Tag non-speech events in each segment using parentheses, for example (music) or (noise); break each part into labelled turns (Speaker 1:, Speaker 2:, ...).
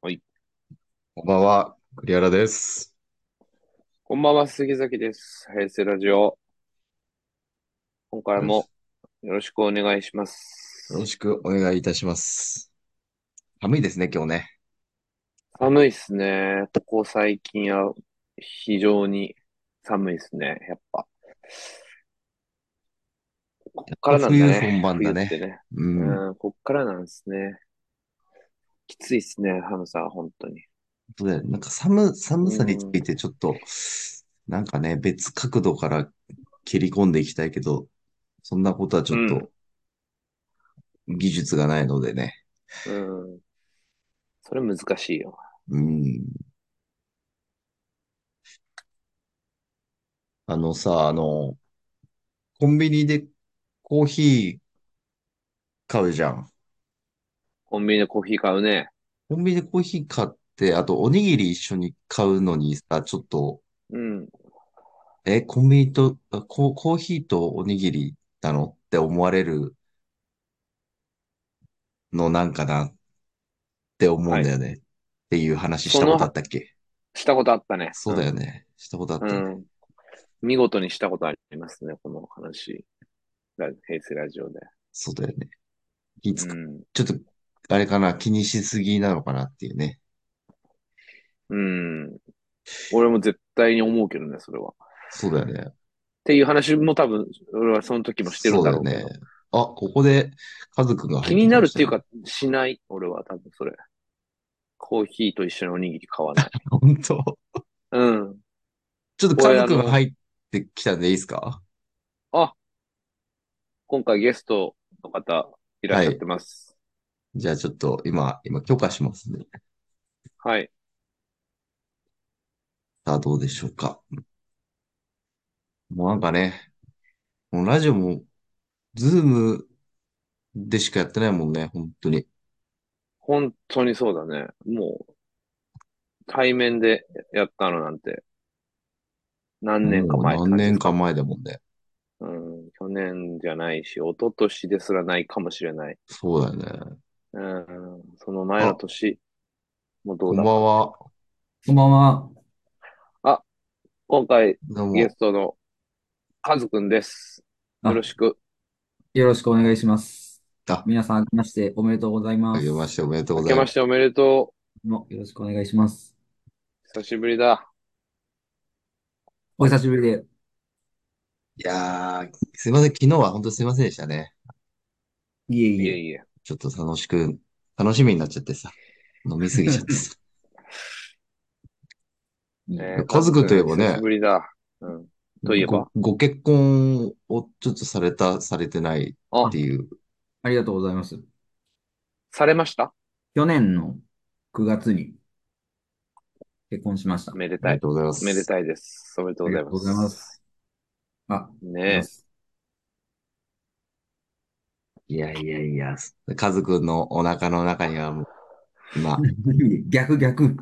Speaker 1: はい。
Speaker 2: こんばんは、栗原です。
Speaker 1: こんばんは、杉崎です。平成ラジオ。今回もよろしくお願いします
Speaker 2: よ。ろしくお願いいたします。寒いですね、今日ね。
Speaker 1: 寒いっすね。ここ最近は非常に寒いっすね。やっぱ。こっからなんだ
Speaker 2: やっ
Speaker 1: ね。
Speaker 2: と冬本番だね
Speaker 1: 冬ってね。
Speaker 2: うん、
Speaker 1: うん、こっからなんですね。きついっすね、寒さは本当に。
Speaker 2: そうだよねなんか寒、寒さについてちょっと、なんかね、別角度から切り込んでいきたいけど、そんなことはちょっと、技術がないのでね。
Speaker 1: うん。それ難しいよ。
Speaker 2: うん。あのさ、あの、コンビニでコーヒー買うじゃん。
Speaker 1: コンビニでコーヒー買うね。
Speaker 2: コンビニでコーヒー買って、あとおにぎり一緒に買うのにさ、ちょっと、
Speaker 1: うん。
Speaker 2: え、コンビニと、あコ、コーヒーとおにぎりなのって思われるのなんかなって思うんだよね。っていう話したことあったっけ
Speaker 1: したことあったね。
Speaker 2: そうだよね。したことあった
Speaker 1: う
Speaker 2: よね。
Speaker 1: ん。見事にしたことありますね、この話。ラ平成ラジオで。
Speaker 2: そうだよね。気つく
Speaker 1: うん
Speaker 2: ちょっと、あれかな、気にしすぎなのかなっていうね。。
Speaker 1: うん。俺も絶対に思うけどね、それは。っ
Speaker 2: そうだよね。
Speaker 1: ていう話も多分、俺はその時もしてる
Speaker 2: そ
Speaker 1: ん
Speaker 2: う
Speaker 1: だ
Speaker 2: だ
Speaker 1: ろ
Speaker 2: よ
Speaker 1: うけ
Speaker 2: ね
Speaker 1: ど。。
Speaker 2: あ、ここで、カズくんが入
Speaker 1: 気
Speaker 2: って
Speaker 1: に
Speaker 2: き
Speaker 1: な
Speaker 2: ま
Speaker 1: るっ
Speaker 2: して
Speaker 1: いう
Speaker 2: たね
Speaker 1: か、しない。俺は多分それ。コーヒーと一緒におにぎり買わない。
Speaker 2: 本当。
Speaker 1: うん。
Speaker 2: ちょっと
Speaker 1: こ
Speaker 2: カ
Speaker 1: れ
Speaker 2: ズくん
Speaker 1: あの
Speaker 2: 入ってきたんでいいですか
Speaker 1: 今回ゲストの方いらっしゃってます。
Speaker 2: じゃあちょっと今、今許可しますね。
Speaker 1: はい。
Speaker 2: さあどうでしょうか。もうなんかね、もうラジオも、ズームでしかやってないもんね、本当に。
Speaker 1: 本当にそうだね。もう、対面でやったのなんて、何年か前
Speaker 2: も
Speaker 1: っ
Speaker 2: う
Speaker 1: て
Speaker 2: 何
Speaker 1: 感じ
Speaker 2: 年か前だもんね。
Speaker 1: うん、去年じゃないし、一昨年ですらないかもしれない。
Speaker 2: そうだよね。
Speaker 1: うん、その前の年もど
Speaker 2: こ
Speaker 1: うんだ
Speaker 2: ばん
Speaker 1: ろう。
Speaker 2: は。
Speaker 3: こんばんは。
Speaker 1: 今回
Speaker 2: どうも。
Speaker 1: ゲストのカズくんです。
Speaker 3: あ
Speaker 1: よろしく。
Speaker 3: よろしくお願いします。
Speaker 2: あ
Speaker 3: 皆さん、明けましておめでとうございま
Speaker 2: あ
Speaker 3: す。
Speaker 2: げましておめでとう
Speaker 1: 明
Speaker 2: ご
Speaker 1: け
Speaker 2: ざい
Speaker 1: ま
Speaker 2: ま
Speaker 1: し
Speaker 2: す。
Speaker 1: ておめでと
Speaker 3: もよろしくお願いします。
Speaker 1: う。久しぶりだ。
Speaker 3: お久しぶりで。
Speaker 2: いやー、すいません。昨日は本当すいませんでしたね。
Speaker 3: いえ
Speaker 1: い
Speaker 3: い
Speaker 1: え
Speaker 3: え。
Speaker 1: いえ。
Speaker 2: ちょっと楽しく、楽しみになっちゃってさ。飲みすぎちゃってさ。
Speaker 1: ね
Speaker 2: カズくんといえ (laughs) ばね
Speaker 1: 久しぶりだ。うん。といえば
Speaker 2: ご、ご結婚をちょっとされた、されてないっていう。
Speaker 3: ありがとうございます。
Speaker 1: されました
Speaker 3: 去年の9月に結婚しました。あり
Speaker 1: めで
Speaker 2: あ
Speaker 1: た
Speaker 2: り
Speaker 1: い
Speaker 2: が。とうございます。
Speaker 1: めでたいです。おめでとうござ
Speaker 3: が
Speaker 1: い
Speaker 3: とう
Speaker 1: ま
Speaker 3: ござい
Speaker 1: す。
Speaker 3: ます。あ、
Speaker 1: ね
Speaker 2: いやいやいや、カズくんのお腹の中にはもう、今、
Speaker 3: (laughs) 逆逆。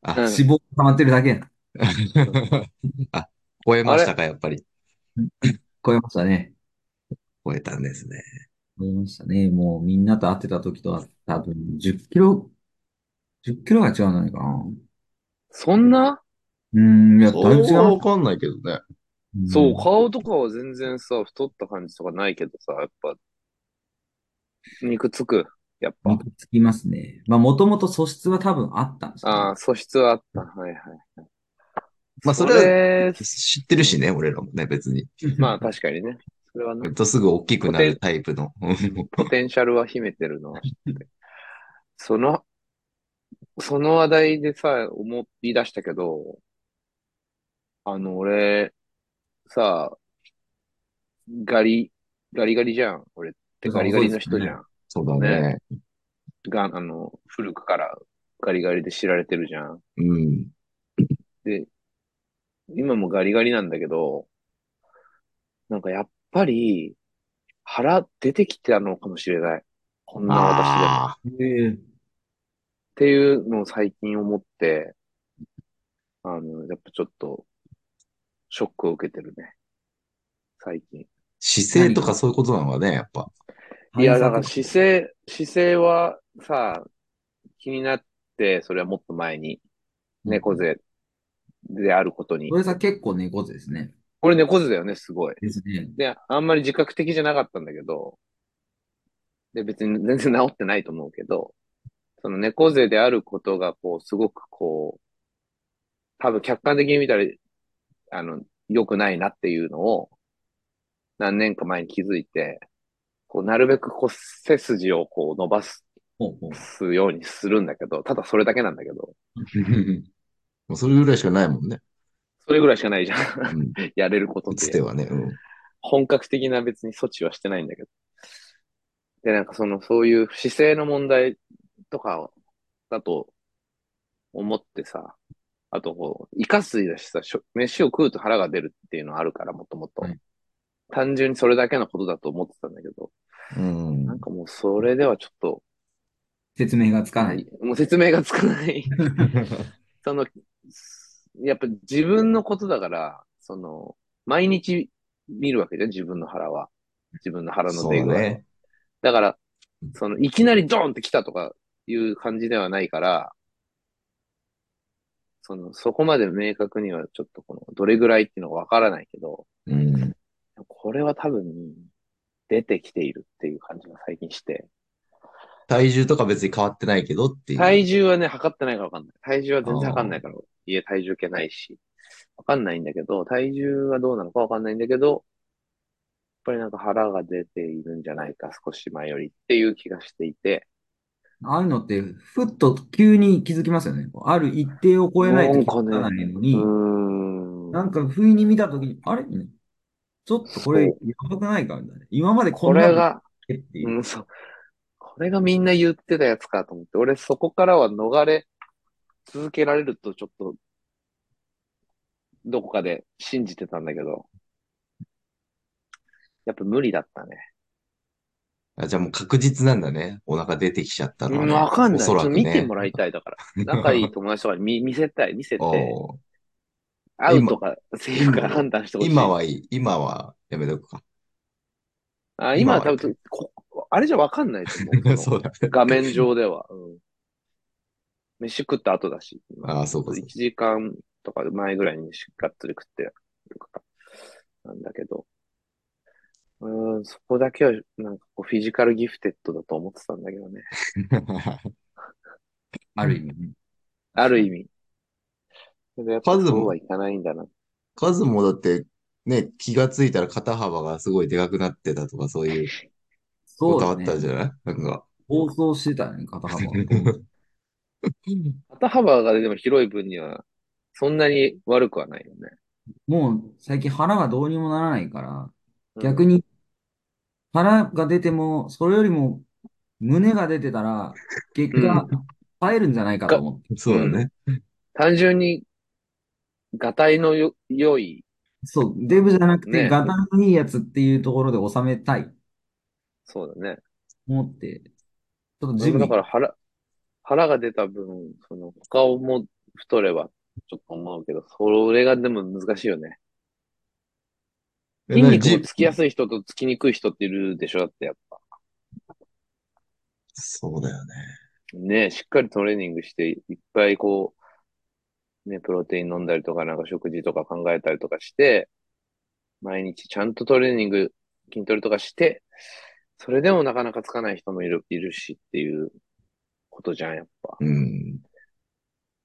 Speaker 2: あ、
Speaker 1: うん
Speaker 3: 脂肪溜まってるだけや。
Speaker 2: (laughs) あ、超えましたか、やっぱり。
Speaker 3: 超えましたね。
Speaker 2: 超えたんですね。
Speaker 3: 超えましたね。もうみんなと会ってた時とは多分10キロ、10キロが違うんじゃないかな。
Speaker 1: そんな
Speaker 3: うん、いや、だいぶ違
Speaker 2: それは
Speaker 3: う
Speaker 2: わ。かんないけどね。
Speaker 3: ん
Speaker 1: そう、顔とかは全然さ、太った感じとかないけどさ、やっぱ、肉つく、やっぱ。
Speaker 3: 肉つきますね。まあ、もともと素質は多分あったんですよね
Speaker 1: ああ、素質はあった。はいはい。
Speaker 2: まあ、それは
Speaker 1: れ
Speaker 2: 知ってるしね、俺らもね、別に。
Speaker 1: まあ確かにね。それはね
Speaker 2: 割、とすぐ大きくなるタイプの。
Speaker 1: ポテンシャルは秘めてるのは知 (laughs) って。その、その話題でさ、思い出したけど、あの、俺、さ、ガリ、ガリガリじゃん。俺ってガリガリの人じゃん。
Speaker 2: そうだね。
Speaker 1: が、あの、古くからガリガリで知られてるじゃん。
Speaker 2: うん。
Speaker 1: で、今もガリガリなんだけど、なんかやっぱり、腹出てきてたのかもしれない。こんな私でも。っ
Speaker 2: あ
Speaker 3: へえ
Speaker 1: ていうのを最近思って、あの、やっぱちょっと、ショックを受けてるね。最近。
Speaker 2: 姿勢とかそういうことなのかね、やっぱ。
Speaker 1: いや、だから
Speaker 3: 対策
Speaker 1: 姿勢、姿勢はさ、気になって、それはもっと前に、
Speaker 3: うん
Speaker 1: 猫背であることに
Speaker 3: そ。れさ、結構猫背ですね。
Speaker 1: これ猫背だよね、すごい。
Speaker 3: ですね。
Speaker 1: で、あんまり自覚的じゃなかったんだけど、で、別に全然治ってないと思うけど、その猫背であることが、こう、すごくこう、多分客観的に見たら、あの、良くないなっていうのを、何年か前に気づいて、こう、なるべくこう、背筋をこう、伸ばす
Speaker 3: ほうほう。 (laughs)
Speaker 1: ようにするんだけど、ただそれだけなんだけど、
Speaker 2: もうそれぐらいしかないもんね。
Speaker 1: それぐらいしかないじゃん。 (laughs)
Speaker 2: うん。
Speaker 1: やれること
Speaker 2: 打
Speaker 1: って
Speaker 2: つ。手はね。うん。
Speaker 1: 本格的な別に措置はしてないんだけど。で、なんかその、そういう姿勢の問題とかだと思ってさ、あとこう、イカ水だしさ、しょ飯を食うと腹が出るっていうのはあるから、もともと
Speaker 3: はい。
Speaker 1: 単純にそれだけのことだと思ってたんだけど、
Speaker 2: うん
Speaker 1: なんかもうそれではちょっと、
Speaker 3: 説明がつかない。
Speaker 1: もう説明がつかない。 (laughs) その、やっぱ自分のことだから、その、毎日見るわけじゃん、自分の腹は。自分の腹の
Speaker 2: そう
Speaker 1: 出
Speaker 2: だ
Speaker 1: 具合は
Speaker 2: ね。
Speaker 1: だから、その、いきなりドーンって来たとかいう感じではないから、その、そこまで明確にはちょっとこの、どれぐらいっていうのがわからないけど、
Speaker 2: うん。
Speaker 1: これは多分、出てきているっていう感じが最近して、
Speaker 2: 体重とか別に変わってないけどっていう。
Speaker 1: 体重はね、測ってないからわかんない。体重は全然測んないから、家体重計ないし、わかんないんだけど、体重はどうなのかわかんないんだけど、やっぱりなんか腹が出ているんじゃないか、少し前よりっていう気がしていて、
Speaker 3: ああいうのって、ふっと急に気づきますよね。こうある一定を超えないと気づかないの
Speaker 1: う
Speaker 3: に、
Speaker 1: ーん。
Speaker 3: なんか不意に見たときに、あれみたいなちょっとこれや
Speaker 1: そ
Speaker 3: ばくないかみたいな。今までこ
Speaker 1: こ
Speaker 3: んな
Speaker 1: れ
Speaker 3: のだっ
Speaker 1: が、
Speaker 3: けっていうう。
Speaker 1: ん、そう。これがみんな言ってたやつかと思って、俺そこからは逃れ続けられるとちょっと、どこかで信じてたんだけど、やっぱ無理だったね。
Speaker 2: あ、じゃあもう確実なんだね。お腹出てきちゃったの
Speaker 1: う
Speaker 2: は
Speaker 1: ん、
Speaker 2: ね
Speaker 1: わかん
Speaker 2: お
Speaker 1: ない。
Speaker 2: そら
Speaker 1: ちょ
Speaker 2: く
Speaker 1: っと見て
Speaker 2: ね。
Speaker 1: もらいたいだから。仲いい友達とかに見 (laughs) 見せたい、見せて、
Speaker 2: おう
Speaker 1: 会うとか、セーフから判断してほしい。
Speaker 2: 今はいい。今はやめとくか。
Speaker 1: あ今
Speaker 2: 今
Speaker 1: は多
Speaker 2: は
Speaker 1: 分こ、あれじゃわかんないと
Speaker 2: (laughs)
Speaker 1: 思う。 (laughs) そ
Speaker 2: そ
Speaker 1: の
Speaker 2: うだね。
Speaker 1: 画面上では。うん、飯食った後だし。
Speaker 2: ああ、そうか、そう
Speaker 1: 1
Speaker 2: か。
Speaker 1: 時間とか前ぐらいにしっかり食ってるから、なんだけど。うーん、そこだけは、なんかこう、フィジカルギフテッドだと思ってたんだけどね。
Speaker 3: ある意味ね。
Speaker 1: ある意味。けどやっぱ
Speaker 2: カズも
Speaker 1: そうはいかないんだな。
Speaker 2: カズもだって、ね、気がついたら肩幅がすごいでかくなってたとか、そういう
Speaker 3: そ
Speaker 2: こ
Speaker 3: う
Speaker 2: とあ
Speaker 3: だ
Speaker 2: ったん
Speaker 3: ね。
Speaker 2: じゃないなんか。
Speaker 3: 暴走してたね、肩幅。
Speaker 2: (laughs)
Speaker 1: 肩幅がでも広い分には、そんなに悪くはないよね。
Speaker 3: もう最近腹がどうにもならないから、
Speaker 1: うん
Speaker 3: 逆に腹が出ても、それよりも胸が出てたら、結果、入るんじゃないかと思って。
Speaker 2: そうだね。
Speaker 1: 単純に、がたいのよ、良い、
Speaker 3: そう、デブじゃなくて、
Speaker 1: ね
Speaker 3: ガタのいいやつっていうところで収めたいと
Speaker 1: そうだね。
Speaker 3: 思って、ちょっと
Speaker 1: 俺
Speaker 3: ジ
Speaker 1: も
Speaker 3: ム
Speaker 1: だ
Speaker 3: に
Speaker 1: から腹、腹が出た分、その、他をも太れば、ちょっと思うけど、それがでも難しいよね。
Speaker 2: え
Speaker 1: 筋
Speaker 2: 何
Speaker 1: 肉も
Speaker 2: じ
Speaker 1: つきやすい人とつきにくい人っているでしょだってやっぱ。
Speaker 2: そうだよね。
Speaker 1: ねしっかりトレーニングして、いっぱいこう、ね、プロテイン飲んだりとか、なんか食事とか考えたりとかして、毎日ちゃんとトレーニング、筋トレとかして、それでもなかなかつかない人もいる、いるしっていうことじゃん、やっぱ。
Speaker 2: うん。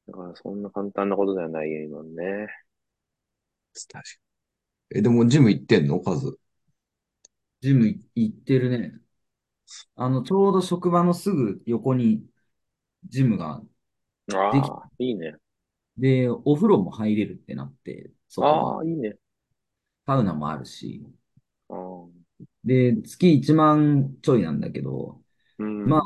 Speaker 1: だからそんな簡単なことではないよ、今のね。
Speaker 2: 確かにえ、でもジム行ってんのカズ。
Speaker 3: ジム行ってるね。あの、ちょうど職場のすぐ横にジムがあって、
Speaker 1: あ
Speaker 3: でき
Speaker 1: あ、いいね。
Speaker 3: で、お風呂も入れるってなって、そこ
Speaker 1: あ
Speaker 3: は
Speaker 1: あ、いいね。
Speaker 3: サウナもあるし、
Speaker 1: あー
Speaker 3: で、月1万ちょいなんだけど、
Speaker 1: うん。
Speaker 3: まあ、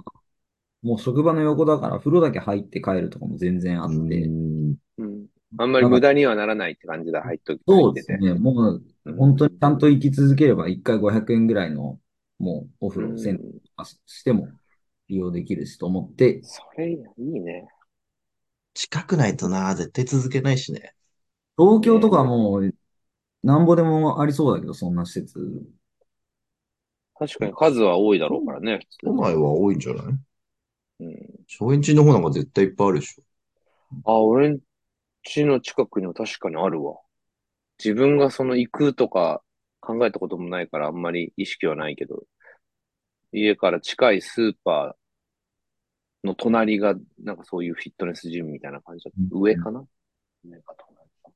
Speaker 3: もう職場の横だから風呂だけ入って帰るとかも全然あっ
Speaker 2: う
Speaker 3: て、
Speaker 2: ん。
Speaker 1: うん。あんまり無駄にはならないって感じだ、入っとき入
Speaker 3: そう
Speaker 1: っ
Speaker 3: で
Speaker 1: て
Speaker 3: す
Speaker 1: て。
Speaker 3: ね、もう
Speaker 1: うん
Speaker 3: 本当にちゃんと行き続ければ1回500円ぐらいの、もうお風呂、銭湯
Speaker 1: うん
Speaker 3: とかしても利用できるしと思って、
Speaker 1: それいいね。いいね。
Speaker 2: 近くないとな、絶対続けないしね。
Speaker 3: 東京とかもうなんぼでもありそうだけど、そんな施設。
Speaker 1: 確かに数は多いだろうからね、普通
Speaker 2: 都内は多いんじゃない
Speaker 1: に。うん。
Speaker 2: 松陰寺の方なんか絶対いっぱいあるでしょ。
Speaker 1: あ、俺ん家の近くには確かにあるわ。自分がその行くとか考えたこともないからあんまり意識はないけど、家から近いスーパーの隣がなんかそういうフィットネスジムみたいな感じだった。
Speaker 2: うん
Speaker 1: 上かな上かと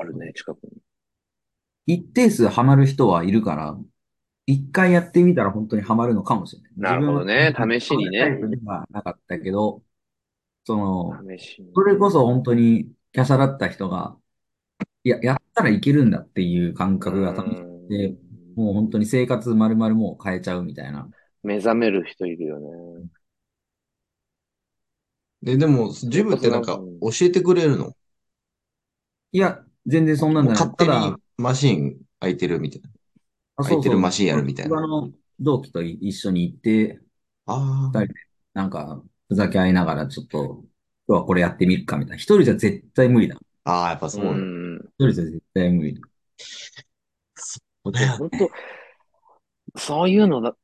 Speaker 1: あるね、近くに。
Speaker 3: 一定数ハマる人はいるから、一回やってみたら本当にハマるのかもしれない。
Speaker 1: なるほどね
Speaker 3: 自分は
Speaker 1: 試しにね
Speaker 3: ハマるタイプではなかったけど、その、
Speaker 1: 試しに。
Speaker 3: それこそ本当に華奢だった人が、いや、やったらいけるんだっていう感覚が多分、
Speaker 1: うん
Speaker 3: でもう本当に生活丸々もう変えちゃうみたいな。
Speaker 1: 目覚める人いるよね。
Speaker 2: え、でも、ジムってなんか教えてくれるの
Speaker 3: いや、全然そんなんじゃない。
Speaker 2: 勝手
Speaker 3: た
Speaker 2: に
Speaker 3: だ、
Speaker 2: マシン空いてるみたいな。
Speaker 3: あ
Speaker 2: 空いて
Speaker 3: そうそ
Speaker 2: る
Speaker 3: う
Speaker 2: マシンやるみたいな
Speaker 3: 職場の同期とい一緒に行って、
Speaker 2: ああ。
Speaker 3: なんか、ふざけ合いながらちょっと、今日はこれやってみるかみたいな。一人じゃ絶対無理だ。一
Speaker 2: ああ、やっぱそう
Speaker 1: う
Speaker 2: なんだ。
Speaker 1: ん。
Speaker 3: 人じゃ絶対無理だ。
Speaker 2: そうだよ
Speaker 1: 本当、そういうのだ。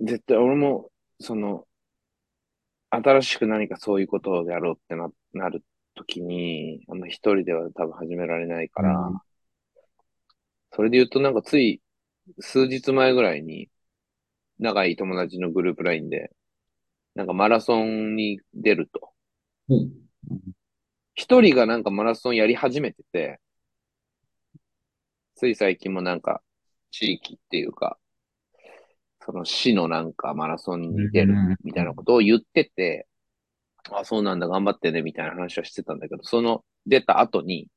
Speaker 1: 絶対俺も、その、新しく何かそういうことをやろうってな、なるときに、あの一人では多分始められないから、
Speaker 3: うん
Speaker 1: それで言うとなんかつい数日前ぐらいに、仲いい友達のグループラインで、なんかマラソンに出ると。
Speaker 3: うん。
Speaker 1: 一人がなんかマラソンやり始めてて、つい最近もなんか地域っていうか、その市のなんかマラソンに出るみたいなことを言ってて、あ、そうなんだ、頑張ってね、みたいな話はしてたんだけど、その出た後に、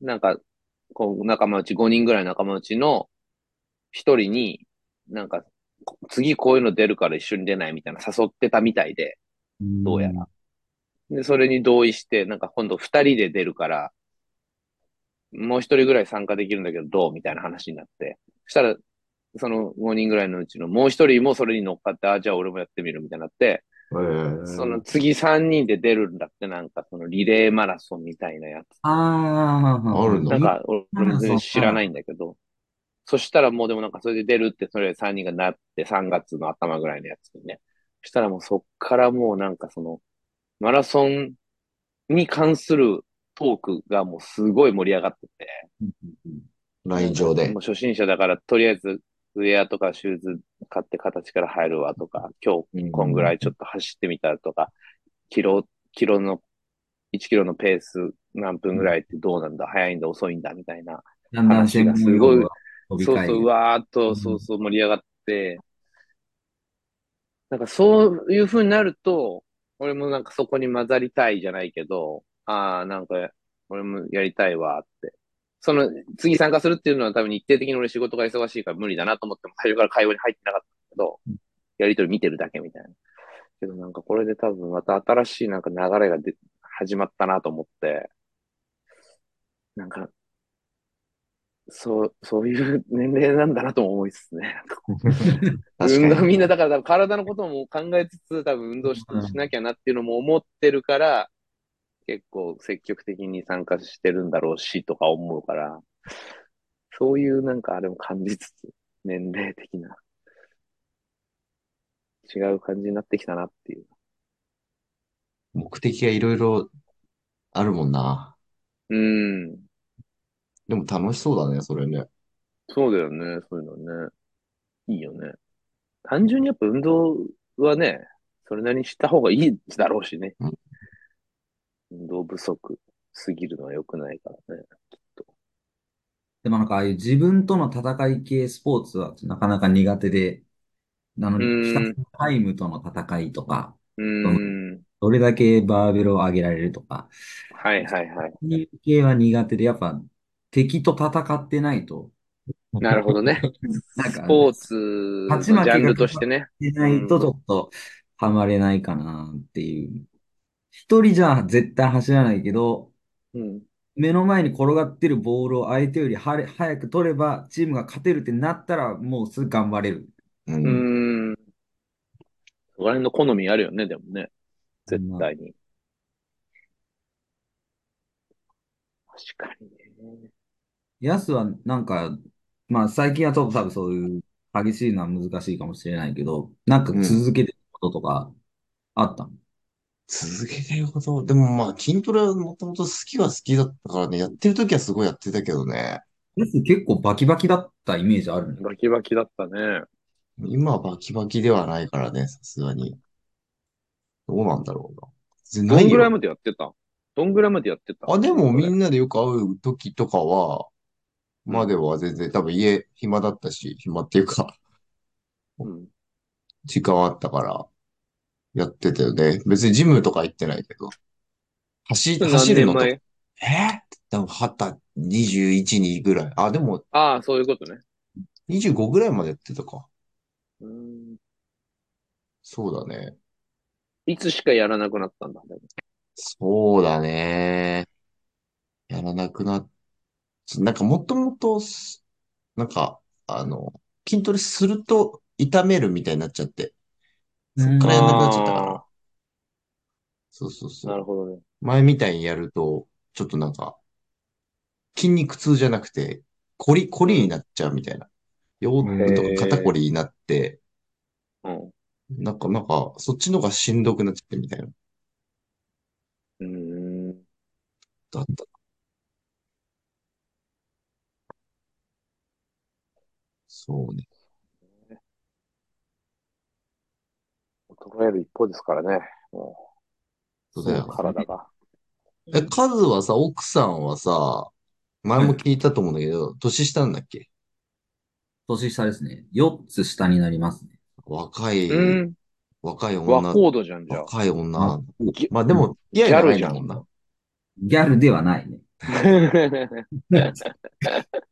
Speaker 1: なんか、こう、仲間内、5人ぐらい仲間内の一人に、なんか、こ次こういうの出るから一緒に出ないみたいな誘ってたみたいで、どうやら。で、それに同意して、なんか今度二人で出るから、もう一人ぐらい参加できるんだけど、どうみたいな話になって。そしたら、その5人ぐらいのうちのもう一人もそれに乗っかって、あ、じゃあ俺もやってみるみたいになって、
Speaker 2: ええ
Speaker 1: その次3人で出るんだって、なんかそのリレーマラソンみたいなやつ。
Speaker 3: ああ、
Speaker 2: あるんだ
Speaker 1: なんか俺
Speaker 3: マラソン
Speaker 1: も全然知らないんだけど、そしたらもうでもなんかそれで出るってそれ3人がなって3月の頭ぐらいのやつにね。そしたらもうそっからもうなんかその、マラソンに関するトークがもうすごい盛り上がってて。
Speaker 2: ライン上で
Speaker 1: もう。初心者だからとりあえずウェアとかシューズ買って形から入るわとか、今日こんぐらいちょっと走ってみたとか、キロ、キロの、1キロのペース何分ぐらいってどうなんだ早いんだ遅いんだみたいな。
Speaker 3: だんだん専門用語が飛び
Speaker 1: そう
Speaker 3: 交い
Speaker 1: そう、うわーっ
Speaker 3: う
Speaker 1: と、
Speaker 3: ん
Speaker 1: そうそう、盛り上がって、なんかそういう風になると、俺もなんかそこに混ざりたいじゃないけど、ああ、なんか、俺もやりたいわって。その、次参加するっていうのは多分日程的に俺仕事が忙しいから無理だなと思っても、最初から会話に入ってなかったけど
Speaker 3: うん、
Speaker 1: やりとり見てるだけみたいな。けどなんかこれで多分また新しいなんか流れがで始まったなと思って、なんか、そう、そういう年齢なんだなとも思いつつね。
Speaker 2: 確
Speaker 1: 運
Speaker 2: か
Speaker 1: 動
Speaker 2: に。
Speaker 1: みんなだから多分体のことも考えつつ多分運動し,、
Speaker 3: うん
Speaker 1: なきゃなっていうのも思ってるから結構積極的に参加してるんだろうしとか思うからそういうなんかあれも感じつつ年齢的な違う感じになってきたなっていう。
Speaker 2: 目的がいろいろあるもんな。
Speaker 1: うん。
Speaker 2: でも楽しそうだね、それね。
Speaker 1: そうだよね。そういうのね。いいよね。単純にやっぱ運動はね、それなりにした方がいいだろうしね。
Speaker 2: うん
Speaker 1: 運動不足すぎるのは良くないからね。
Speaker 3: でもなんかああいう自分との戦い系スポーツはなかなか苦手で、なの
Speaker 1: うん
Speaker 3: で、ひたすらタイムとの戦いとか、
Speaker 1: うーん。
Speaker 3: どれだけバーベルを上げられるとか、
Speaker 1: はいはいはい。
Speaker 3: そういう系は苦手で、やっぱ敵と戦ってないと、
Speaker 1: なるほどね。
Speaker 3: なん
Speaker 1: ス
Speaker 3: か、
Speaker 1: ポーツのジャンルとしてね。
Speaker 3: でないとちょっとハマれないかなっていう。一人じゃ絶対走らないけど、
Speaker 1: うん。
Speaker 3: 目の前に転がってるボールを相手よりはれ早く取ればチームが勝てるってなったらもうすぐ頑張れる。
Speaker 2: う。
Speaker 1: うんーん。そこら辺の好みあるよね、でもね。絶対に。確かにね。
Speaker 3: ヤスはなんか、まあ最近はちょっと多分そういう激しいのは難しいかもしれないけど、なんか続けてることとかあったの
Speaker 2: 続けてること。でもまあ、筋トレはもともと好きは好きだったからね、やってる時はすごいやってたけどね。
Speaker 3: やつ結構バキバキだったイメージあるね。
Speaker 1: バキバキだったね。
Speaker 2: 今はバキバキではないからね、さすがに。どうなんだろうな。全
Speaker 1: ど
Speaker 2: 然
Speaker 1: んぐ
Speaker 2: ない
Speaker 1: ら
Speaker 2: よ。
Speaker 1: いまでやってたどんぐらいまでやってた
Speaker 2: あ、でもみ
Speaker 1: な。
Speaker 2: んなでよく会う時とかは、
Speaker 1: うん
Speaker 2: までは全然多分家暇だったし、暇っていうか、
Speaker 1: うん。
Speaker 2: 時間あったからやってたよね。別にジムとか行ってないけど。走、
Speaker 1: それ
Speaker 2: 走
Speaker 1: 何
Speaker 2: る
Speaker 1: 年
Speaker 2: のとか。
Speaker 1: 前
Speaker 2: えー、多分二十、二十一、二ぐらい。あ、でも
Speaker 1: ああ、そういうことね。
Speaker 2: 25ぐらいまでやってたか。
Speaker 1: うん。
Speaker 2: そうだね。
Speaker 1: いつしかやらなくなったんだ。でも
Speaker 2: そうだね。やらなくなっ、なんかもともとす、なんか、あの、筋トレすると痛めるみたいになっちゃって、そっからやんなくなっちゃったか
Speaker 1: あ
Speaker 2: ら
Speaker 1: あ。
Speaker 2: そうそうそ
Speaker 1: なる
Speaker 2: う。
Speaker 1: ほどね。
Speaker 2: 前みたいにやると、ちょっとなんか、筋肉痛じゃなくて、こり、こりになっちゃうみたいな。腰
Speaker 3: うん
Speaker 2: 部とか肩
Speaker 1: へ
Speaker 2: こ
Speaker 1: え。
Speaker 2: りになって、
Speaker 1: うん。
Speaker 2: なんか、なんか、そっちの方がしんどくなっちゃってみたいな。
Speaker 1: うーん。
Speaker 2: だった。そうね。
Speaker 1: 衰える一方ですからね。も
Speaker 2: そうだ
Speaker 3: そう
Speaker 2: よ
Speaker 1: う、
Speaker 3: で
Speaker 2: ね。
Speaker 1: 体
Speaker 3: すね。
Speaker 1: が。
Speaker 3: う
Speaker 2: え、
Speaker 3: ん
Speaker 2: カズはさ、奥さんはさ、前
Speaker 3: は
Speaker 2: も
Speaker 3: い。
Speaker 2: 聞いたと思うんだけど、年下なんだっけ
Speaker 3: 年下ですね。4つ下になりますね。
Speaker 2: 若
Speaker 1: う
Speaker 2: い、
Speaker 1: ん。
Speaker 2: 若い
Speaker 1: 和
Speaker 2: 女、
Speaker 1: コードじゃん、じゃあ。
Speaker 2: 若い女
Speaker 3: あ、
Speaker 2: なんだ。
Speaker 3: そう
Speaker 1: ギ
Speaker 2: まあで
Speaker 3: うん。
Speaker 2: も、付き合い
Speaker 1: ギャ
Speaker 2: 長
Speaker 1: ル
Speaker 2: いん
Speaker 1: じゃ
Speaker 2: だ
Speaker 1: ん。
Speaker 2: もんな。
Speaker 3: ギャルではないね。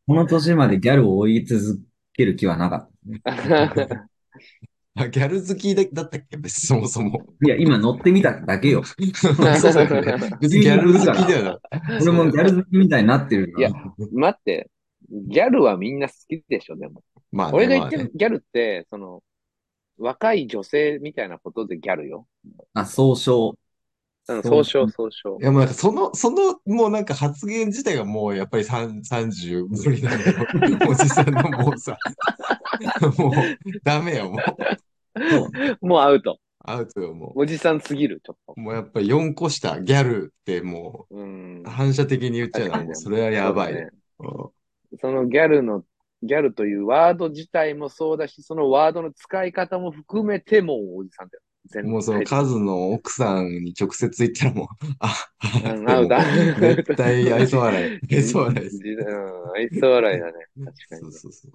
Speaker 3: この年までギャルを追い続ける気はなかったね。
Speaker 2: あ、ギャル好きだだったっけ別にそもそ
Speaker 1: (laughs)
Speaker 2: も。
Speaker 3: いや、今乗ってみただけよ。
Speaker 2: そうだよね。別に
Speaker 3: 急
Speaker 2: ギャ
Speaker 3: に
Speaker 2: ル
Speaker 3: 振る
Speaker 2: 好
Speaker 3: か
Speaker 2: き
Speaker 3: ら。
Speaker 2: だよな。
Speaker 3: 俺
Speaker 2: そうだ
Speaker 3: もギ
Speaker 2: よ
Speaker 3: ャル好きみたいになってる
Speaker 1: いや、
Speaker 3: か
Speaker 1: 待って。ギャルはみんな好きでしょ、でも。
Speaker 2: まあ
Speaker 1: 俺
Speaker 2: ね、
Speaker 1: が言
Speaker 2: ま
Speaker 1: っ
Speaker 2: あ
Speaker 1: てる
Speaker 2: ね。
Speaker 1: ギャルって、その、若い女性みたいなことでギャルよ。
Speaker 3: ら。あ、総称。
Speaker 1: うん、
Speaker 3: 総
Speaker 1: 総
Speaker 3: 称。
Speaker 1: 称、総称。
Speaker 2: いや、もうなんかその、その、もうなんか発言自体がもうやっぱり3 30無理なのよ。おじさんのもう
Speaker 1: (laughs)
Speaker 2: さ、もうダメよ、もう。
Speaker 3: そうね。
Speaker 1: もうアウト。
Speaker 2: アウトよ、も
Speaker 1: おじさんすぎる、ちょっと。
Speaker 2: う。もうやっぱり4個下、ギャルっても
Speaker 1: う
Speaker 2: う、
Speaker 1: ん。
Speaker 2: 反射的に言っちゃうの
Speaker 1: 確
Speaker 2: は
Speaker 1: か
Speaker 2: も
Speaker 1: に
Speaker 2: う
Speaker 1: ね。
Speaker 2: それはや
Speaker 1: そうだ
Speaker 2: ばいよ。
Speaker 1: ね。
Speaker 2: うん
Speaker 1: そのギャルの、ギャルというワード自体もそうだし、そのワードの使い方も含めてもうおじさんだよ。全
Speaker 2: もうその
Speaker 1: 体的
Speaker 2: カ
Speaker 1: に。
Speaker 2: ズの奥さんに直接言ったらもう、あ、
Speaker 1: う
Speaker 2: あっ
Speaker 1: ん、
Speaker 2: て
Speaker 1: アウ
Speaker 2: も
Speaker 1: ト、ア
Speaker 2: う、絶
Speaker 1: ウト。
Speaker 2: 対愛想笑い、
Speaker 1: (laughs)
Speaker 2: 愛
Speaker 1: じ、
Speaker 2: 想笑いです。
Speaker 1: じ、うん、愛想
Speaker 2: (laughs)
Speaker 1: 笑いだね。確か
Speaker 2: そう
Speaker 1: にね。
Speaker 2: そうそう。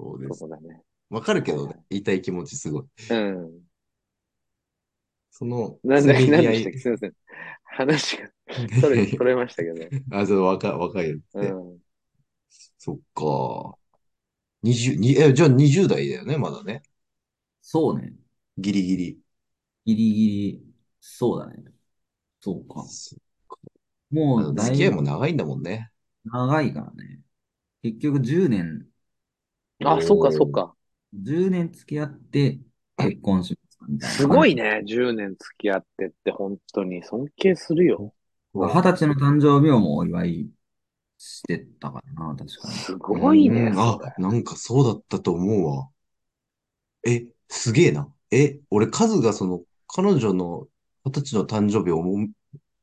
Speaker 2: そうで
Speaker 1: そ
Speaker 2: す。
Speaker 1: こだね。
Speaker 2: わかるけ
Speaker 1: はい
Speaker 2: ど
Speaker 1: は
Speaker 2: ね、
Speaker 1: い。
Speaker 2: 言いたい気持ちすごい。
Speaker 1: うん。
Speaker 2: その、
Speaker 1: なん
Speaker 2: せ
Speaker 1: だ、
Speaker 2: め
Speaker 1: なん
Speaker 2: ぎ
Speaker 1: で
Speaker 2: 合
Speaker 1: したっ
Speaker 2: い、
Speaker 1: けすいません。話が、
Speaker 2: い
Speaker 1: そ
Speaker 2: や (laughs)
Speaker 1: れ、
Speaker 2: い
Speaker 1: それましたけど。
Speaker 2: やあ、そう、若い、若いっ
Speaker 1: う
Speaker 2: (laughs) て。
Speaker 1: ん。
Speaker 2: そっか。二十、に、え、じゃあ20代だよね、まだね。
Speaker 3: そうね。
Speaker 2: ギリギリ。
Speaker 3: ギリギリ。そうだね。そうか。
Speaker 2: そ
Speaker 3: も
Speaker 2: あ
Speaker 3: うだ
Speaker 2: 付
Speaker 3: い
Speaker 2: き合い
Speaker 3: ぶ
Speaker 2: も長いんだもんね。
Speaker 3: 長いからね。結局10年、
Speaker 1: あ、そっか、そっ
Speaker 2: おー
Speaker 1: か。
Speaker 3: 10年付き合って結婚しますかみたいな
Speaker 1: す
Speaker 3: 感
Speaker 1: ご
Speaker 3: じ。
Speaker 1: いね。10年付き合ってって本当に尊敬するよ。
Speaker 2: そう
Speaker 3: 20歳の誕生日をもうお祝いしてたからな、確かに。
Speaker 1: す
Speaker 2: う
Speaker 1: ごいね、
Speaker 2: ーん、
Speaker 1: そ
Speaker 2: あ、
Speaker 1: れ。
Speaker 2: なんかそうだったと思うわ。え、すげえな。え、俺、カズがその、彼女の二十歳の誕生日をお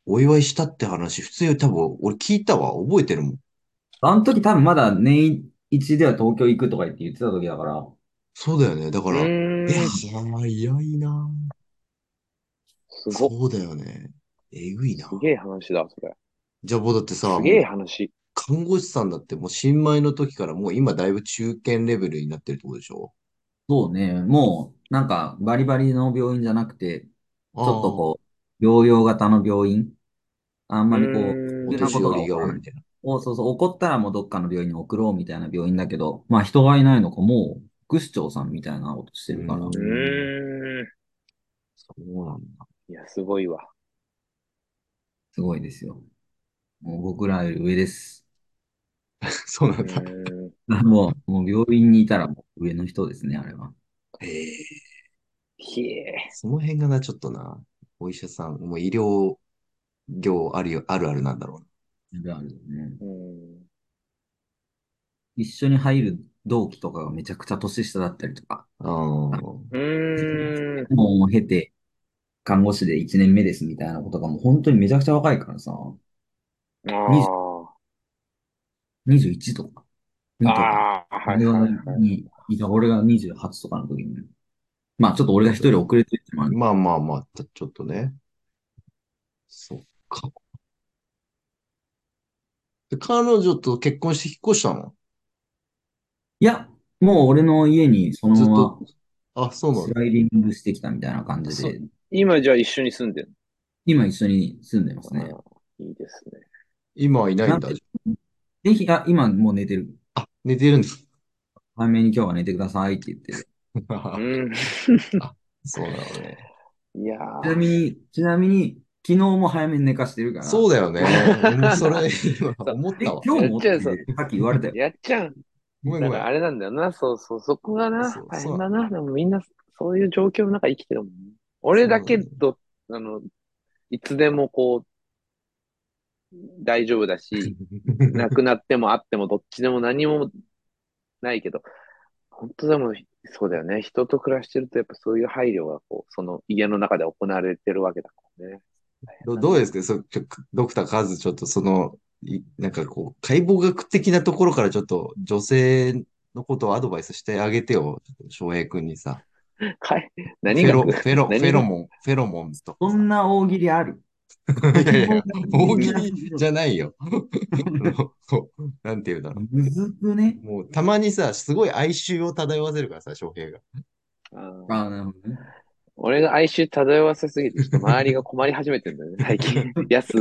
Speaker 2: お祝いしたって話、普通に多分、俺聞いたわ。覚えてるもん。
Speaker 3: あの時多分まだ年一では東京行くとか言って言ってた時だから、
Speaker 2: そうだよね。だか
Speaker 1: う
Speaker 2: ら、いや、
Speaker 1: ーん、
Speaker 2: 早いな。
Speaker 1: すごっ。
Speaker 2: そうだよね。えぐいな。
Speaker 1: すげえ話だ、それ。
Speaker 2: じゃあもうだってさ、
Speaker 1: すげ
Speaker 2: も
Speaker 1: え
Speaker 2: う、
Speaker 1: 話。
Speaker 2: 看護師さんだってもう新米の時からもう今だいぶ中堅レベルになってるってことでしょ
Speaker 3: そうね、もうなんかバリバリの病院じゃなくて、ちょっ
Speaker 2: あ
Speaker 3: と
Speaker 2: あ、
Speaker 3: こう、療養型の病院、あん
Speaker 1: う
Speaker 3: まりこう、
Speaker 2: お
Speaker 1: ーん、
Speaker 3: 急な
Speaker 2: 年
Speaker 3: こと
Speaker 2: 寄
Speaker 3: が
Speaker 2: り
Speaker 3: 起
Speaker 2: が多
Speaker 3: こら
Speaker 2: い
Speaker 3: ない。
Speaker 2: みたいな。
Speaker 3: お、そうそう、起こったらもうどっかの病院に送ろうみたいな病院だけど、まあ人がいないのか、もう副市長さんみたいなことし
Speaker 2: う
Speaker 3: てるから、
Speaker 2: ー
Speaker 1: う
Speaker 2: ん、
Speaker 1: ーん。
Speaker 2: そうなんだ。
Speaker 1: いや、すごいわ。
Speaker 3: すごいですよ。もう僕らより上です。 (laughs)
Speaker 2: そうな
Speaker 1: うん
Speaker 2: だ。
Speaker 1: ーん。
Speaker 3: もう、もう病院にいたらもう上の人ですね、あれは。
Speaker 2: ええ、
Speaker 1: ひえ。
Speaker 2: その辺がな、ちょっとな、お医者さん、もう医療業あるよ、あるあるなんだろうな。
Speaker 3: あるあるね。
Speaker 1: うん。
Speaker 3: 一緒に入る同期とかがめちゃくちゃ年下だったりとか、
Speaker 2: ああ、
Speaker 1: うーん。
Speaker 3: もう経て、看護師で1年目ですみたいなことがもう本当にめちゃくちゃ若いからさ、
Speaker 1: あ
Speaker 3: 21とか、2
Speaker 1: あ。
Speaker 3: とか、
Speaker 1: ああ、はい
Speaker 3: 俺が
Speaker 1: はいはい。
Speaker 3: にいた俺が28とかの時に、まあちょっと俺が一人遅れてるってのもある
Speaker 2: まあまあまあ、たちょっとね。そっか。で彼女と結婚して引っ越したの
Speaker 3: いや、もう俺の家にその
Speaker 2: ずっ
Speaker 3: ま
Speaker 2: と。あ、そう
Speaker 3: ま
Speaker 2: なん
Speaker 3: ス
Speaker 2: だ。
Speaker 3: ライディングしてきたみたいな感じ
Speaker 2: そう
Speaker 3: で、
Speaker 1: 今じゃあ一緒に住んでる
Speaker 3: 今一緒に住んでますね。
Speaker 1: いいですね。
Speaker 2: 今はいないんだ
Speaker 3: なん。でぜひ、あ、今もう寝てる。
Speaker 2: あ、寝てるんです。
Speaker 3: 早めに今日は寝てくださいって言ってる。
Speaker 1: うん。
Speaker 2: (laughs) そうなのね。
Speaker 1: いや
Speaker 3: ちなみに、ちなみに、昨日も早めに寝かしてるから。
Speaker 2: そうだよね。俺もそれ、
Speaker 1: う
Speaker 2: 今思っ
Speaker 3: え、
Speaker 2: たわ。
Speaker 3: 今日もっ
Speaker 1: や
Speaker 3: て
Speaker 1: っちゃう
Speaker 3: さっき言われた
Speaker 1: (laughs)
Speaker 3: よ
Speaker 1: ー、。やっちゃう。
Speaker 2: ごめん
Speaker 1: だ
Speaker 2: ご
Speaker 1: か
Speaker 2: めん
Speaker 1: らあ。れなんだよな。そうそう、そこがな
Speaker 2: そう、
Speaker 1: 大変だな。でもみんな、そういう状況の中生きてるもんね。俺だけど、あの、いつでもこう、大丈夫
Speaker 2: (laughs)
Speaker 1: だし、亡くなってもあってもどっちでも何もないけど、本当でも、そうだよね。人と暮らしてると、やっぱそういう配慮が、こう、その家の中で行われてるわけだからね。
Speaker 2: どどうですかそうちょドクターカズ、ちょっとその、いなんかこう、解剖学的なところからちょっと女性のことをアドバイスしてあげてよ。翔平くんにさ。
Speaker 1: はい。
Speaker 2: フ
Speaker 1: 何
Speaker 2: ェ
Speaker 1: が
Speaker 2: ロ、フェロ、フ
Speaker 1: 何が
Speaker 2: ェロモン、フェロモンとか
Speaker 3: そんな大喜利ある。
Speaker 2: さ。いやいや、
Speaker 3: (laughs)
Speaker 2: 大喜
Speaker 3: 利
Speaker 2: 利じゃないよ。あのこうなんていうんだろう。
Speaker 3: むずくね。
Speaker 2: もう、たまにさ、すごい哀愁を漂わせるからさ、翔平が。
Speaker 1: あー
Speaker 3: あなるほどね。
Speaker 1: 俺が哀愁漂わせすぎて、ちょっと周りが困り始めてるんだよ
Speaker 2: (laughs)
Speaker 1: ね、最近。やす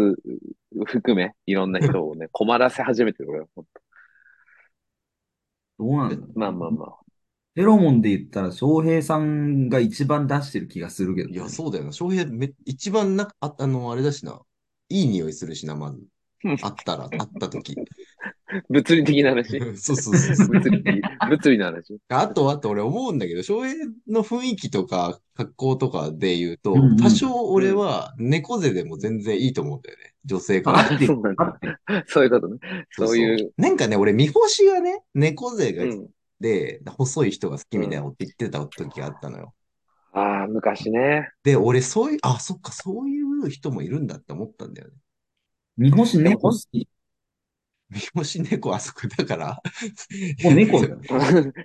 Speaker 1: 含め、いろんな
Speaker 2: (laughs)
Speaker 1: 人をね、困らせ始めてる、俺は。ほんと
Speaker 3: どうなんだろう
Speaker 1: まあまあまあ。
Speaker 3: フェロモンで言ったら、翔平さんが一番出してる気がするけどね。
Speaker 2: いや、そうだよな。翔平め、一番な、あ、あの、あれだしな。いい匂いするしな、まず
Speaker 1: うん。
Speaker 2: あったら、あった時。
Speaker 1: 物理的な話。
Speaker 2: (laughs) そうそうそうそう。
Speaker 1: 物理的、物理の
Speaker 2: (laughs)
Speaker 1: 話。
Speaker 2: あとは、あと俺思うんだけど、翔平の雰囲気とか格好とかで言うと、
Speaker 3: うんうん
Speaker 2: 多少俺は猫背でも全然いいと思うんだよね。女性か
Speaker 3: あ
Speaker 2: ら。
Speaker 3: 合って
Speaker 1: そ
Speaker 3: る
Speaker 1: うなんだ
Speaker 3: 合ってる
Speaker 1: そういうことね。そういう。
Speaker 2: なんかね、俺、見干しがね、猫背が
Speaker 1: うん。
Speaker 2: で、細い人が好きみたいなこと言ってた時があったのよ。
Speaker 1: ああ、昔ね。
Speaker 2: で、俺、そういう、あ、そっか、そういう人もいるんだって思ったんだよね。
Speaker 3: 三星猫好き。
Speaker 2: 見干し猫、あそこだから。
Speaker 3: もう猫
Speaker 2: (laughs)
Speaker 3: だよ。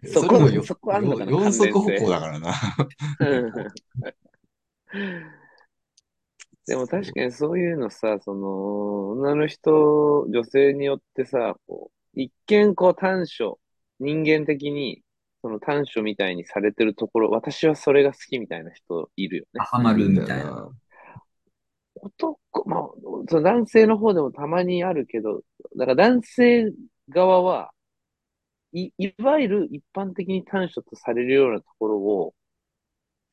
Speaker 1: そ
Speaker 2: れ
Speaker 1: こ
Speaker 2: もよ、
Speaker 1: そこあるのかな
Speaker 2: よ四足
Speaker 1: 関
Speaker 2: 歩
Speaker 1: 連性
Speaker 2: 行だからな。
Speaker 1: うんでも確かにそういうのさ、その、女の人、女性によってさ、こう、一見こう短所、人間的に、その短所みたいにされてるところ、私はそれが好きみたいな人いるよね。
Speaker 3: ハマるみたい
Speaker 2: いるんだよ
Speaker 3: な。
Speaker 2: な
Speaker 1: 男、まあ、その男性の方でもたまにあるけど、だから男性側は、い、いわゆる一般的に短所とされるようなところを、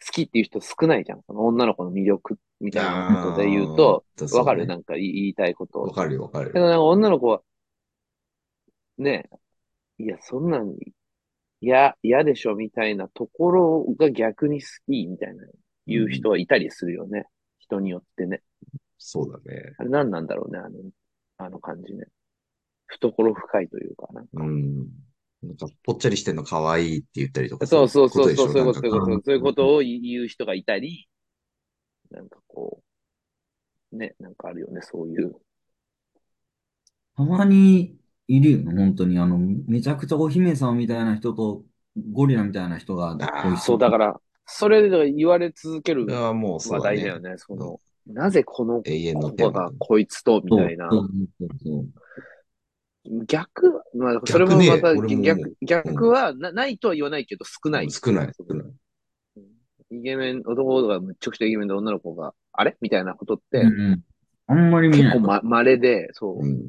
Speaker 1: 好きっていう人少ないじゃん。その女の子の魅力みたいなことで言うと、
Speaker 2: あー、そう
Speaker 1: わかる
Speaker 2: ね
Speaker 1: なんか言い言いたいこと
Speaker 2: わ
Speaker 1: を。
Speaker 2: かるよ、わかる
Speaker 1: け。どなんか女の子は、ねえ、いや、そんなん、いや、嫌でしょみたいなところが逆に好きみたいな言う人はいたりするよね。人によってね。
Speaker 2: そうだね。
Speaker 1: あれ何なんだろうね、あの、あの感じね。懐深いというかな。
Speaker 2: うん。なんか、ぽっちゃりしてんの可愛いって言ったりとか。
Speaker 1: そうそうそうそう、
Speaker 2: こ
Speaker 1: そういうことと、
Speaker 2: で
Speaker 1: そ
Speaker 2: し
Speaker 1: うい
Speaker 2: ょ
Speaker 1: うこと、そういうことを言う人がいたり、なんかこう、ね、なんかあるよね、そういう。
Speaker 3: たまにいるよね、本当に。あの、めちゃくちゃお姫様みたいな人と、ゴリラみたいな人が
Speaker 2: あー
Speaker 3: 恋し
Speaker 1: そう、だから、それで言われ続ける
Speaker 2: なんかああ、もうそ
Speaker 1: 話
Speaker 2: うだ
Speaker 1: 題だ
Speaker 2: ね
Speaker 1: よ。ね。その、なぜこの
Speaker 2: 永遠のテ
Speaker 1: 子
Speaker 2: ーマ
Speaker 1: が
Speaker 2: だね。
Speaker 1: こいつと、み
Speaker 3: そう
Speaker 1: たいな
Speaker 3: そ。うそうそう
Speaker 1: 逆、まあ、それも
Speaker 2: 逆ね
Speaker 1: また
Speaker 2: 俺も思う
Speaker 1: 逆、逆はな、ないとは言わないけど、少ない。
Speaker 2: 少ない、少ない。
Speaker 1: イケメン、男がむちゃくちゃイケメンで女の子が、あれみたいなことって、
Speaker 3: うんうんあんまり見
Speaker 1: 結
Speaker 3: ない
Speaker 1: 構。ま、稀で、そう、
Speaker 2: うん。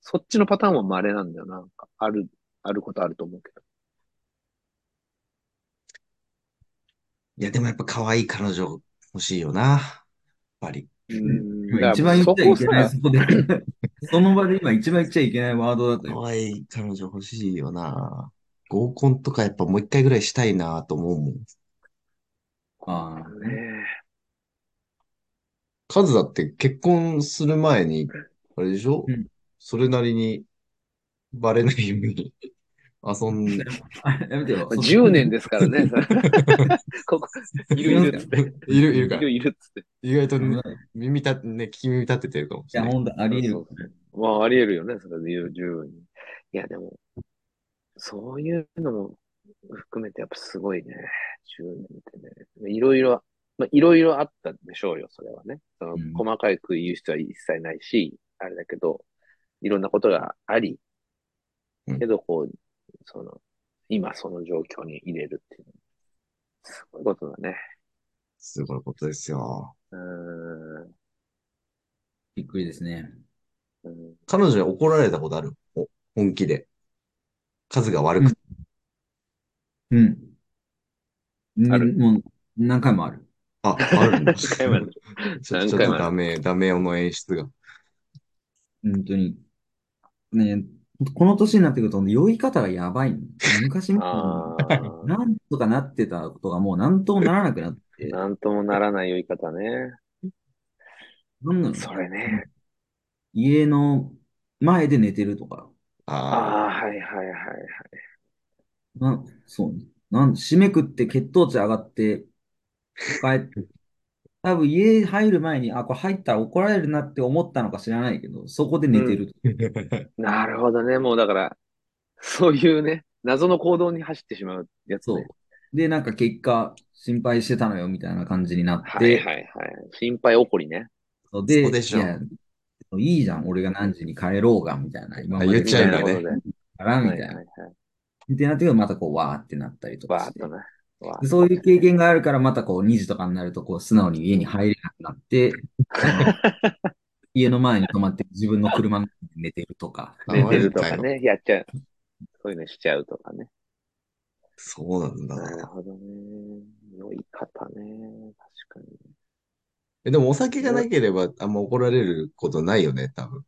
Speaker 1: そっちのパターンは稀なんだよな。なんかある、あることあると思うけど。
Speaker 2: いや、でもやっぱ可愛い彼女欲しいよな。やっぱり。
Speaker 1: うん
Speaker 3: 今一番言っちゃいけな
Speaker 1: だ
Speaker 3: い、
Speaker 1: か
Speaker 3: そこで。 (laughs) その場で今一番言っちゃいけないワードだったよ。
Speaker 2: 可愛い彼女欲しいよな。合コンとかやっぱもう一回ぐらいしたいなと思うもん。
Speaker 3: あ
Speaker 1: らさ、ね
Speaker 2: カズだって結婚する前に、あれでしょ
Speaker 3: うん
Speaker 2: それなりに、バレないように遊んで、
Speaker 3: あやめ
Speaker 1: (laughs)
Speaker 3: てよ。
Speaker 1: 10年ですからね。それ (laughs) ここ、いるいるっつって。
Speaker 2: いる、いるか
Speaker 1: いる
Speaker 2: ら。
Speaker 1: いるっつって。
Speaker 2: 意外と
Speaker 3: 危
Speaker 2: ね
Speaker 3: ないい
Speaker 2: 耳立て、ね、聞き耳立ててるかもしれ
Speaker 3: や、
Speaker 2: ない。
Speaker 3: ほんと、あり得る。
Speaker 1: そうそうそうまあ、あり得るよね。それで言う、十分に。いや、でも、そういうのも含めてやっぱすごいね。10年ってね。いろいろ、まあ、いろいろあったんでしょうよ、それはね。その
Speaker 2: うん
Speaker 1: 細かく言う人は一切ないし、あれだけど、いろんなことがあり
Speaker 2: うん、
Speaker 1: けど、こう、その、今その状況に入れるっていうのは。すごいことだね。
Speaker 2: すごいことですよ。
Speaker 1: う
Speaker 2: (laughs)
Speaker 1: ーん。
Speaker 3: びっくりですね。
Speaker 1: うん (laughs)
Speaker 2: 彼女に怒られたことあるお本気で。数が悪くて。
Speaker 3: うん。ね
Speaker 1: ある
Speaker 3: もう、何回もある。
Speaker 2: あ、あるんだ。
Speaker 1: 何回もある
Speaker 2: ちょ
Speaker 1: 何
Speaker 2: ちょっと
Speaker 1: 回もある
Speaker 2: ダメ、ダメの演出が。
Speaker 3: 本当に。ねこの年になってくると、酔い方がやばいの。昔も、
Speaker 1: ああ。
Speaker 3: なんとかなってたことがもうなんともならなくなって、な
Speaker 1: なんともならない酔い方ね。
Speaker 3: んなの
Speaker 1: それね。
Speaker 3: 家の前で寝てるとか。
Speaker 2: あ
Speaker 1: ああ、はいはいはいはい。
Speaker 3: な、そうね。なん、締めくって血糖値上がって、帰って、多分家入る前に、あ、これ入ったら怒られるなって思ったのか知らないけど、そこで寝てる。
Speaker 2: ー。
Speaker 1: なるほどね。もうだから、そういうね、謎の行動に走ってしまうやつ
Speaker 3: そ
Speaker 1: ね。
Speaker 3: う。で、なんか結果、心配してたのよ、みたいな感じになっ
Speaker 1: はい
Speaker 3: て、
Speaker 1: はいはい。心配起こりね。
Speaker 2: そ
Speaker 3: そう
Speaker 2: うでしょ
Speaker 3: いや、いいじゃん、俺が何時に帰ろうが、みたいな、今ま
Speaker 2: あ言
Speaker 3: で
Speaker 2: っちゃうんだ
Speaker 1: みたい
Speaker 2: ね
Speaker 1: なことで。
Speaker 3: から、みたい
Speaker 1: はいは
Speaker 3: な。
Speaker 1: いはい。
Speaker 3: ってなってくると、またこう、わーってなったりとか
Speaker 1: わー
Speaker 3: し
Speaker 1: ってと。ね。わ
Speaker 3: で
Speaker 1: ーっ
Speaker 3: そういう経験があるから、またこう、2時とかになると、こう、素直に家に入れなくなって、その家の前に泊まって自分の車の中で寝てるとか。
Speaker 1: とね寝てると
Speaker 2: あ
Speaker 1: か
Speaker 2: わか
Speaker 1: ね。やっちゃう。そういうのしちゃうとかね。
Speaker 2: そうなんだ
Speaker 1: なる
Speaker 2: ね。
Speaker 1: ほどね。酔い方ね。確かに。
Speaker 2: えでもお酒がなければあんま怒られることないよね、多分。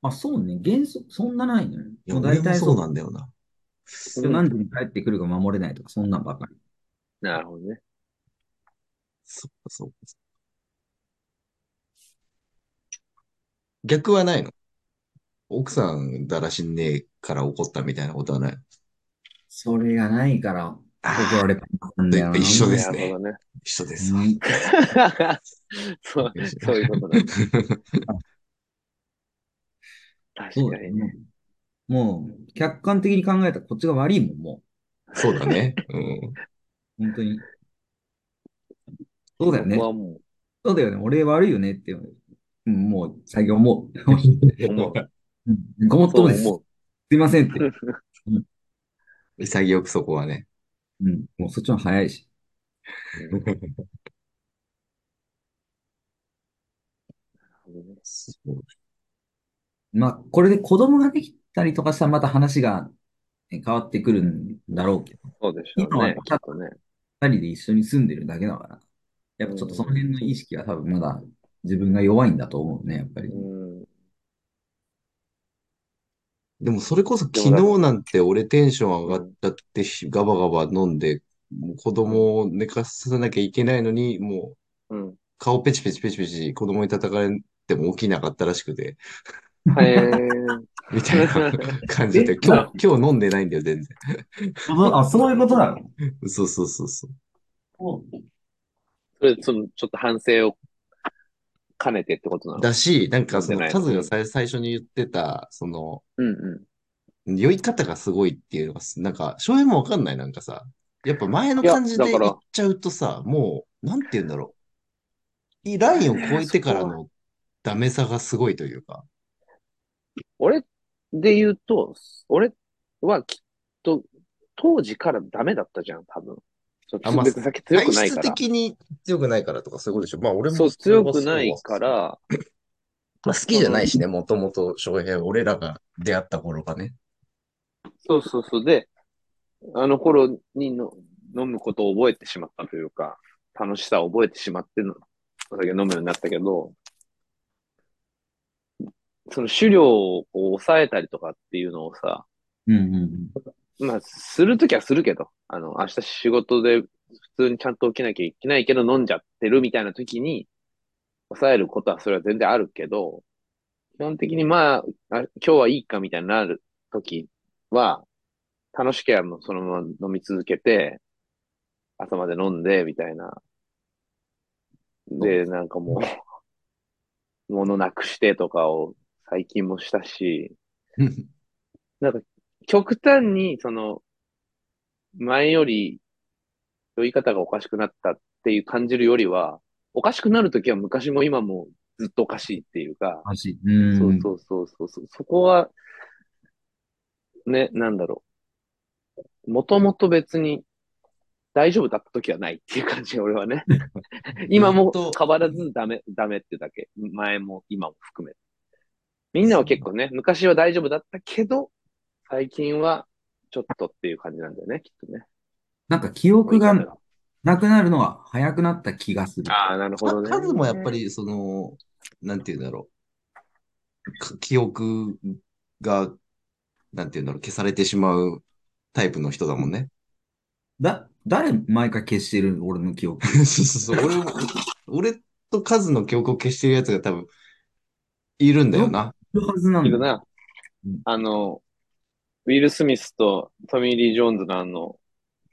Speaker 3: まあそうね、原則そんなないのよ。
Speaker 2: いや、
Speaker 3: もう
Speaker 2: 俺
Speaker 3: 大
Speaker 2: も
Speaker 3: 体
Speaker 2: そうなんだよな。
Speaker 3: そう。何時に帰ってくるか守れないとか、そんなんばかり。
Speaker 1: なるほどね。
Speaker 2: そっかそっか。逆はないの奥さんだらしねえから怒ったみたいなことはない。
Speaker 3: それがないから怒られたんだよな。
Speaker 2: 一緒ですね
Speaker 1: なるほどね。
Speaker 2: 一緒で
Speaker 3: う
Speaker 2: わ
Speaker 3: ん
Speaker 1: (laughs) そう、そういうことだね。
Speaker 3: そ
Speaker 1: 確
Speaker 3: う
Speaker 1: か
Speaker 3: だよ
Speaker 1: にね。
Speaker 3: ね。もう、客観的に考えたらこっちが悪いもん、も
Speaker 2: そうだね。うん。
Speaker 3: う。本当に。そうだよね
Speaker 1: 僕。はも
Speaker 3: そうだよね。俺悪いよねって、うんもう最近思う。
Speaker 1: う、 (laughs) 思う。
Speaker 3: うんごもっともです。
Speaker 1: そう
Speaker 3: す
Speaker 1: 思
Speaker 3: いませ
Speaker 1: (laughs)
Speaker 3: んって。
Speaker 2: 潔くそこは (laughs) ね。
Speaker 3: うん。もうそっちの方が早いし。
Speaker 1: う。うん
Speaker 2: そう
Speaker 3: まあ、これで子供ができたりとかしたらまた話がね変わってくるんだろうけど、
Speaker 1: そうでしょう
Speaker 3: 今は
Speaker 1: ね。きっとね。
Speaker 3: 二人で一緒に住んでるだけだから、やっぱちょっとその辺の意識は多分まだ自分が弱いんだと思うね、やっぱり。
Speaker 1: うん。
Speaker 2: でもそれこそ昨日なんて俺テンション上がっちゃってガバガバ飲んで、もう子供を寝かさなきゃいけないのに、もう
Speaker 1: うん。
Speaker 2: 顔ペチペチペチペチ子供に叩かれても起きなかったらしくて、
Speaker 1: はい。
Speaker 2: みたい (laughs) な感じで、今日、今日飲んでないんだよ、全然。
Speaker 3: あ、そういうことなの
Speaker 2: そうそうそうそう。
Speaker 1: そ (laughs) れ、その、ちょっと反省を兼ねてってことなの
Speaker 2: だし、なんかそ
Speaker 1: 飲
Speaker 2: の
Speaker 1: んでない
Speaker 2: カズが最最初に言ってた、その、
Speaker 1: うんう
Speaker 2: 酔い方がすごいっていうのがす、なんか、正直もわかんない、なんかさ、やっぱ前の感じで
Speaker 1: いやだから
Speaker 2: 言っちゃうとさ、もう、なんて言うんだろう。いいラインを超えてからのダメさがすごいというか。
Speaker 1: 俺で言うと、俺はきっと、当時からダメだったじゃん、多分。そう
Speaker 2: あまあ
Speaker 1: 別に先強
Speaker 2: 体
Speaker 1: くない
Speaker 2: 質
Speaker 1: から。
Speaker 2: 的に強くないからとかそういうことでしょ。まあ俺も
Speaker 1: そう、
Speaker 2: れは
Speaker 1: 強くないか。ら、
Speaker 2: まあ好きじゃないしね、もともと翔平、俺らが出会った頃が
Speaker 1: (laughs)
Speaker 2: ね。
Speaker 1: そうそうそう。で、あの頃にの飲むことを覚えてしまったというか、楽しさを覚えてしまっての、お酒飲むようになったけど、その酒量をこう抑えたりとかっていうのをさ、
Speaker 3: うんうん
Speaker 1: まあ、するときはするけど、あの、明日仕事で普通にちゃんと起きなきゃいけないけど飲んじゃってるみたいなときに、抑えることはそれは全然あるけど、基本的にまあ、あ今日はいいかみたいになるときは、楽しければもうそのまま飲み続けて、朝まで飲んで、みたいな。で、なんかもう、物なくしてとかを最近もしたし、
Speaker 2: うん
Speaker 1: なんか、極端に、その、前より、酔い方がおかしくなったっていう感じるよりは、おかしくなるときは昔も今もずっとおかしいっていうか、
Speaker 3: マジ。
Speaker 1: そううんそうそうそうそう、そこは、ね、なんだろう。もともと別に大丈夫だった時はないっていう感じ、俺
Speaker 2: (laughs)
Speaker 1: はね。今も変わらずダメ、ダメってだけ。前も今も含めて。みんなは結構ね、昔は大丈夫だったけど、最近はちょっとっていう感じなんだよね、きっとね。
Speaker 3: なんか記憶が
Speaker 1: 追い方
Speaker 3: なくなるのは早くなった気がする。
Speaker 1: ああ、なるほどね。
Speaker 2: 数もやっぱり、その、なんて言うんだろう。か記憶が、なんて言うんだろう、消されてしまうタイプの人だもん
Speaker 1: (laughs)
Speaker 2: ね。
Speaker 3: だ、誰毎回消してる俺の記 (laughs) 憶。
Speaker 2: そうそうそう。俺も、俺と数の記憶を消してるやつが多分、いるんだよな。
Speaker 3: いるはずないん
Speaker 1: る
Speaker 3: だ。
Speaker 1: な
Speaker 3: うん。
Speaker 1: あの、ウィル・スミスとトミー・リー・ジョーンズのあの、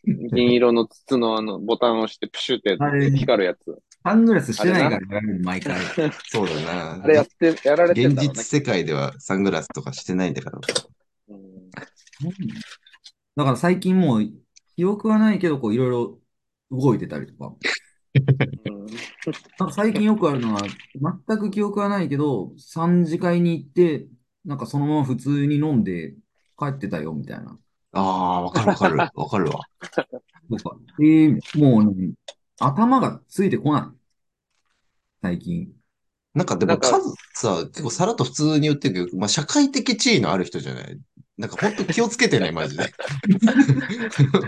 Speaker 1: 銀色の筒のあの、ボタンを押してプシュって
Speaker 3: あれ
Speaker 1: 光るやつ。
Speaker 3: サングラスしてないからやるの毎回。
Speaker 2: そうだな。
Speaker 1: あれやって、やられてん
Speaker 2: 現
Speaker 1: だろう
Speaker 2: 実世界ではサングラスとかしてないんだから。
Speaker 1: ね。
Speaker 3: だから最近もう記憶はないけど、こういろいろ動いてたりとか。
Speaker 1: うんうん
Speaker 3: なんか最近よくあるのは、全く記憶はないけど、3次会に行って、なんかそのまま普通に飲んで帰ってたよみたいな。
Speaker 2: ああ、わかるわかる。わかるわ。
Speaker 3: とか。えーもうね、頭がついてこない。最近。
Speaker 2: なんかで
Speaker 1: な
Speaker 2: も
Speaker 1: んか
Speaker 2: 数さ、結構さらっと普通に言ってるけど、まあ社会的地位のある人じゃないなんか本当気をつけて
Speaker 1: (laughs)
Speaker 2: ね、マジで。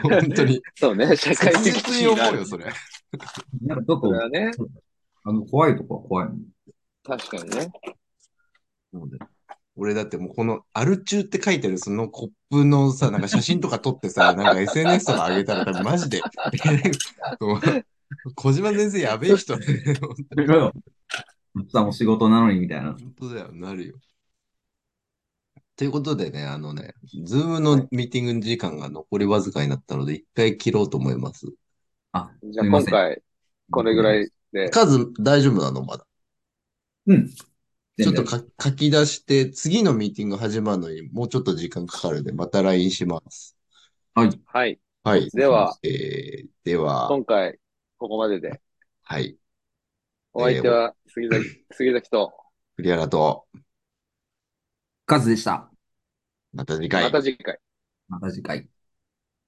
Speaker 2: 本当に。
Speaker 1: そうね、社会
Speaker 2: 切
Speaker 1: 的
Speaker 2: 実
Speaker 1: 地
Speaker 2: に
Speaker 1: 位が
Speaker 2: 思
Speaker 1: あ
Speaker 2: う
Speaker 1: る
Speaker 2: よ、それ。
Speaker 3: なんかど
Speaker 1: そ
Speaker 3: こ
Speaker 1: れ、はね、
Speaker 3: あの、怖いとこは怖いの。
Speaker 1: 確かにね。
Speaker 2: 俺だってもうこのアル中って書いてるそのコップのさ、なんか写真とか撮ってさ、なんか SNS とか上げたら多分マジで、 (laughs) 小島先生やべえ人だね。
Speaker 3: いろよ。明日も仕事なのにみたいな。
Speaker 2: 本当だよ、なるよ。ということでね、あのね、ズームのミーティング時間が残りわずかになったので、一回切ろうと思います。
Speaker 3: あ、
Speaker 1: じゃあ
Speaker 3: すいま
Speaker 1: 今
Speaker 3: せん
Speaker 1: 回、これぐらいで。
Speaker 2: カズ、大丈夫なのまだ。
Speaker 3: うん。
Speaker 2: ちょっとか書き出して、次のミーティング始まるのにもうちょっと時間かかるんで、また LINE します。
Speaker 1: はい。
Speaker 2: はい。
Speaker 1: では、
Speaker 2: えー、では、
Speaker 1: 今回、ここまでで。
Speaker 2: はい。
Speaker 1: お相手は、杉崎、杉崎と、
Speaker 2: クリアラと、
Speaker 3: カズでした。
Speaker 2: また次回
Speaker 1: ま。た次回。
Speaker 3: また次回。